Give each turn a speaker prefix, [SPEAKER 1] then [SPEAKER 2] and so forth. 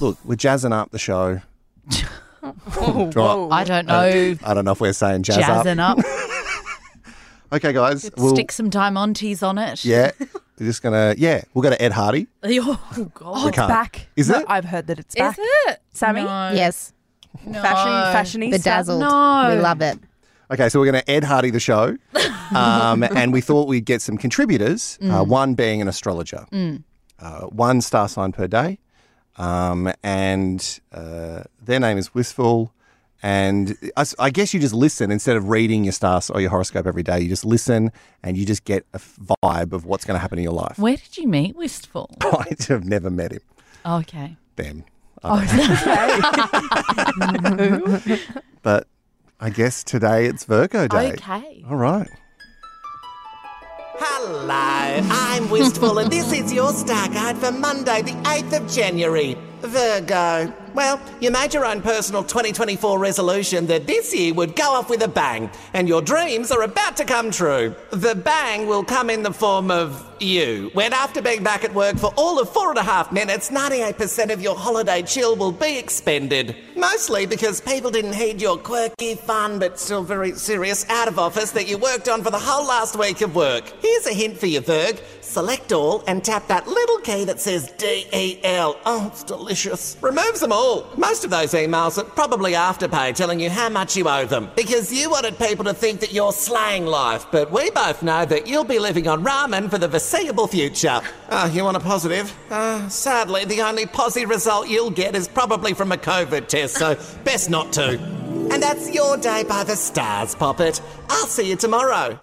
[SPEAKER 1] look, we're jazzing up the show.
[SPEAKER 2] Oh,
[SPEAKER 1] Right.
[SPEAKER 2] whoa.
[SPEAKER 3] I don't know.
[SPEAKER 1] I don't know if we're saying jazz up.
[SPEAKER 3] Jazzing up.
[SPEAKER 1] Okay, guys. We'll,
[SPEAKER 3] Stick some diamantes on it.
[SPEAKER 1] yeah. We're just gonna yeah. We'll go to Ed Hardy.
[SPEAKER 3] Oh,
[SPEAKER 2] Oh,
[SPEAKER 3] God.
[SPEAKER 2] it's
[SPEAKER 1] can't.
[SPEAKER 2] back.
[SPEAKER 1] Is
[SPEAKER 2] No,
[SPEAKER 1] it?
[SPEAKER 2] I've heard that it's
[SPEAKER 4] Is
[SPEAKER 2] back.
[SPEAKER 4] it?
[SPEAKER 2] Sammy?
[SPEAKER 3] No.
[SPEAKER 5] Yes,
[SPEAKER 3] No.
[SPEAKER 2] Fashion, fashionista.
[SPEAKER 5] bedazzled.
[SPEAKER 3] No.
[SPEAKER 5] We love it.
[SPEAKER 1] Okay, so we're going to Ed Hardy the show, um, and we thought we'd get some contributors. Uh, one being an astrologer, uh, one star sign per day, um, and uh, their name is Wistful. And I, s- I guess you just listen instead of reading your stars or your horoscope every day. You just listen, and you just get a f- vibe of what's going to happen in your life.
[SPEAKER 3] Where did you meet Wistful?
[SPEAKER 1] I have never met him.
[SPEAKER 3] Okay.
[SPEAKER 1] Them,
[SPEAKER 2] Ooh.
[SPEAKER 1] but I guess today it's Virgo day.
[SPEAKER 3] Okay.
[SPEAKER 1] All right.
[SPEAKER 6] Hello, I'm Wistful, and this is your star guide for Monday, the 8th of January. Virgo. Well, you made your own personal 2024 resolution that this year would go off with a bang, and your dreams are about to come true. The bang will come in the form of you, when after being back at work for all of four and a half minutes, 98% of your holiday chill will be expended. Mostly because people didn't heed your quirky, fun, but still very serious out of office that you worked on for the whole last week of work. Here's a hint for you, Virg. Select all and tap that little key that says D E L. Oh, it's delicious. Removes them all. Most of those emails are probably afterpay telling you how much you owe them because you wanted people to think that you're slaying life, but we both know that you'll be living on ramen for the foreseeable future. Ah, you want a positive? Uh, sadly, the only posi result you'll get is probably from a COVID test, so best not to. And that's your day by the stars, Poppet. I'll see you tomorrow.